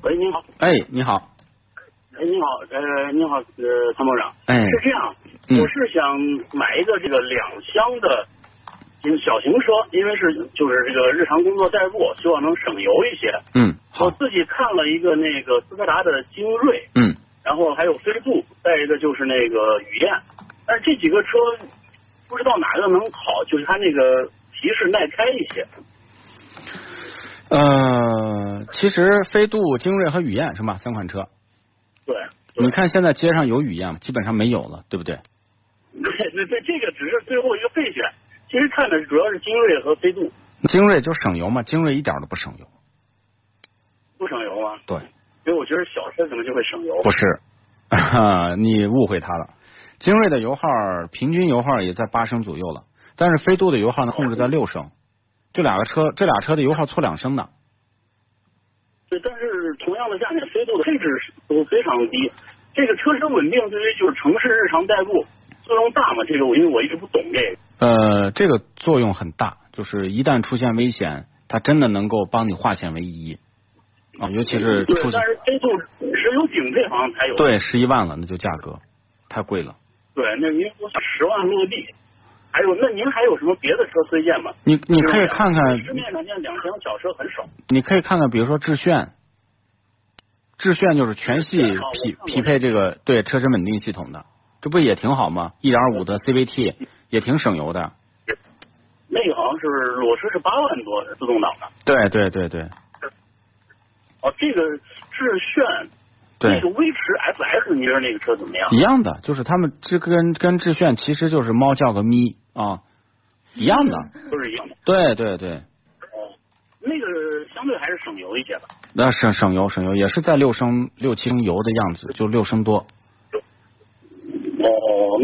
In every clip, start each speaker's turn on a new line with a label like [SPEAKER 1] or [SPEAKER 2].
[SPEAKER 1] 喂，您好，
[SPEAKER 2] 哎，你好，
[SPEAKER 1] 哎，您好，呃，您好，呃，参谋长，
[SPEAKER 2] 哎
[SPEAKER 1] 是这样，
[SPEAKER 2] 嗯
[SPEAKER 1] 我是想买一个这个两厢的嗯小型车，因为是就是这个日常工作代步，希望能省油一些。
[SPEAKER 2] 嗯，
[SPEAKER 1] 我
[SPEAKER 2] 好，
[SPEAKER 1] 自己看了一个那个斯柯达的精锐，
[SPEAKER 2] 嗯，
[SPEAKER 1] 然后还有飞度，再一个就是那个雨燕，但是这几个车不知道哪个能好，就是它那个皮实耐开一些。
[SPEAKER 2] 呃，其实飞度、精锐和雨燕是吧？三款车，
[SPEAKER 1] 对，对
[SPEAKER 2] 你看现在街上有雨燕吗？基本上没有了，对不对？
[SPEAKER 1] 对对对，这个只是最后一个备选。其实看的主要是精锐和飞度，
[SPEAKER 2] 精锐就省油嘛，精锐一点都不省油。
[SPEAKER 1] 不省油啊。
[SPEAKER 2] 对，
[SPEAKER 1] 所以我觉得小车可能就会省油。
[SPEAKER 2] 不是， 你误会它了。精锐的油耗平均油耗也在八升左右了，但是飞度的油耗呢控制在六升，这两个车这俩车的油耗错两升呢。
[SPEAKER 1] 对，但是同样的价钱，飞度的配置都非常低。这个车身稳定对于就是城市日常代步作用大嘛？这个我因为我一直不懂这个。
[SPEAKER 2] 呃，这个作用很大，就是一旦出现危险，它真的能够帮你化险为夷啊，尤其是
[SPEAKER 1] 对
[SPEAKER 2] 出，现
[SPEAKER 1] 但是飞度只有顶配好像才有。
[SPEAKER 2] 对十一万了，那就价格太贵了。
[SPEAKER 1] 对，那您我想十万落地。还有，那您还有什么别的车推荐吗？
[SPEAKER 2] 你你可以看看，
[SPEAKER 1] 市面上现在两厢小车很少。
[SPEAKER 2] 你可以看看，比如说致炫，致炫就是全系
[SPEAKER 1] 致炫好我
[SPEAKER 2] 匹
[SPEAKER 1] 看过
[SPEAKER 2] 匹配这个对车身稳定系统的，这不也挺好吗？一点五的 CVT 也挺省油的。
[SPEAKER 1] 那个好像是裸车是八万多自动挡的。
[SPEAKER 2] 对对对对
[SPEAKER 1] 哦，这个致炫，那
[SPEAKER 2] 对
[SPEAKER 1] 个，威驰 FX，你觉得那个车怎么样
[SPEAKER 2] 一？样的，就是他们这跟跟致炫其实就是猫叫个咪啊，一样的。
[SPEAKER 1] 都是一样的。
[SPEAKER 2] 对对对，
[SPEAKER 1] 哦，那个相对还是省油一些吧。
[SPEAKER 2] 那省省油省油也是在六升六七升油的样子，就六升多。
[SPEAKER 1] 哦，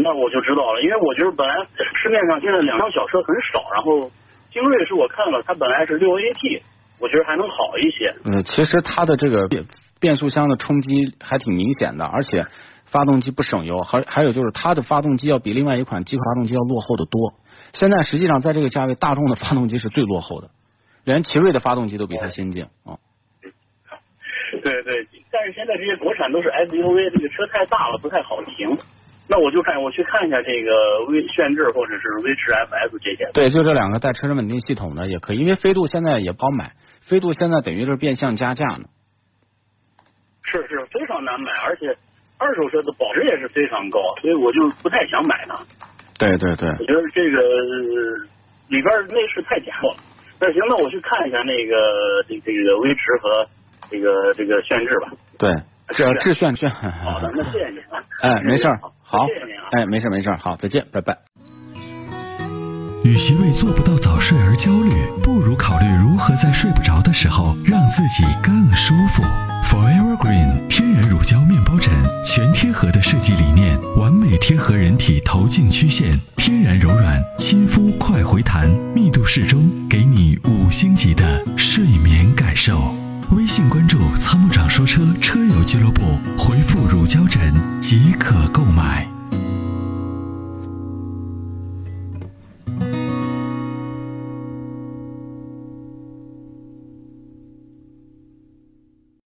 [SPEAKER 1] 那我就知道了，因为我觉得本来市面上现在两厢小车很少，然后精锐是我看了，它本来是六 AT，我觉得还能好一些。
[SPEAKER 2] 呃，其实它的这个变变速箱的冲击还挺明显的，而且发动机不省油，还还有就是它的发动机要比另外一款机械发动机要落后的多。现在实际上在这个价位，大众的发动机是最落后的，连奇瑞的发动机都比它先进啊。
[SPEAKER 1] 对对，但是现在这些国产都是 SUV，这个车太大了，不太好停。那我就看我去看一下这个威炫智或者是威驰 FS 这些。
[SPEAKER 2] 对，就这两个带车身稳定系统的也可以，因为飞度现在也不好买，飞度现在等于是变相加价呢。
[SPEAKER 1] 是是非常难买，而且二手车的保值也是非常高，所以我就不太想买它。
[SPEAKER 2] 对对对，
[SPEAKER 1] 我觉得这个呃里边儿内饰太简陋了。那行，那我去看一下那个这这个威驰和这个这个炫智吧。
[SPEAKER 2] 对，这致炫 炫。
[SPEAKER 1] 好的，那谢谢您啊。
[SPEAKER 2] 哎，没事儿，好
[SPEAKER 1] 谢谢您啊，。
[SPEAKER 2] 哎，没事儿没事儿，好，再见，拜拜。
[SPEAKER 3] 与其为做不到早睡而焦虑，不如考虑如何在睡不着的时候让自己更舒服。Forever Green 天然乳胶面包枕，全贴合的设计理念，完美贴合人体头颈曲线，天然柔软，亲肤快回弹，密度适中，给你五星级的睡眠感受。微信关注“参谋长说车”车友俱乐部，回复“乳胶枕”即可购买。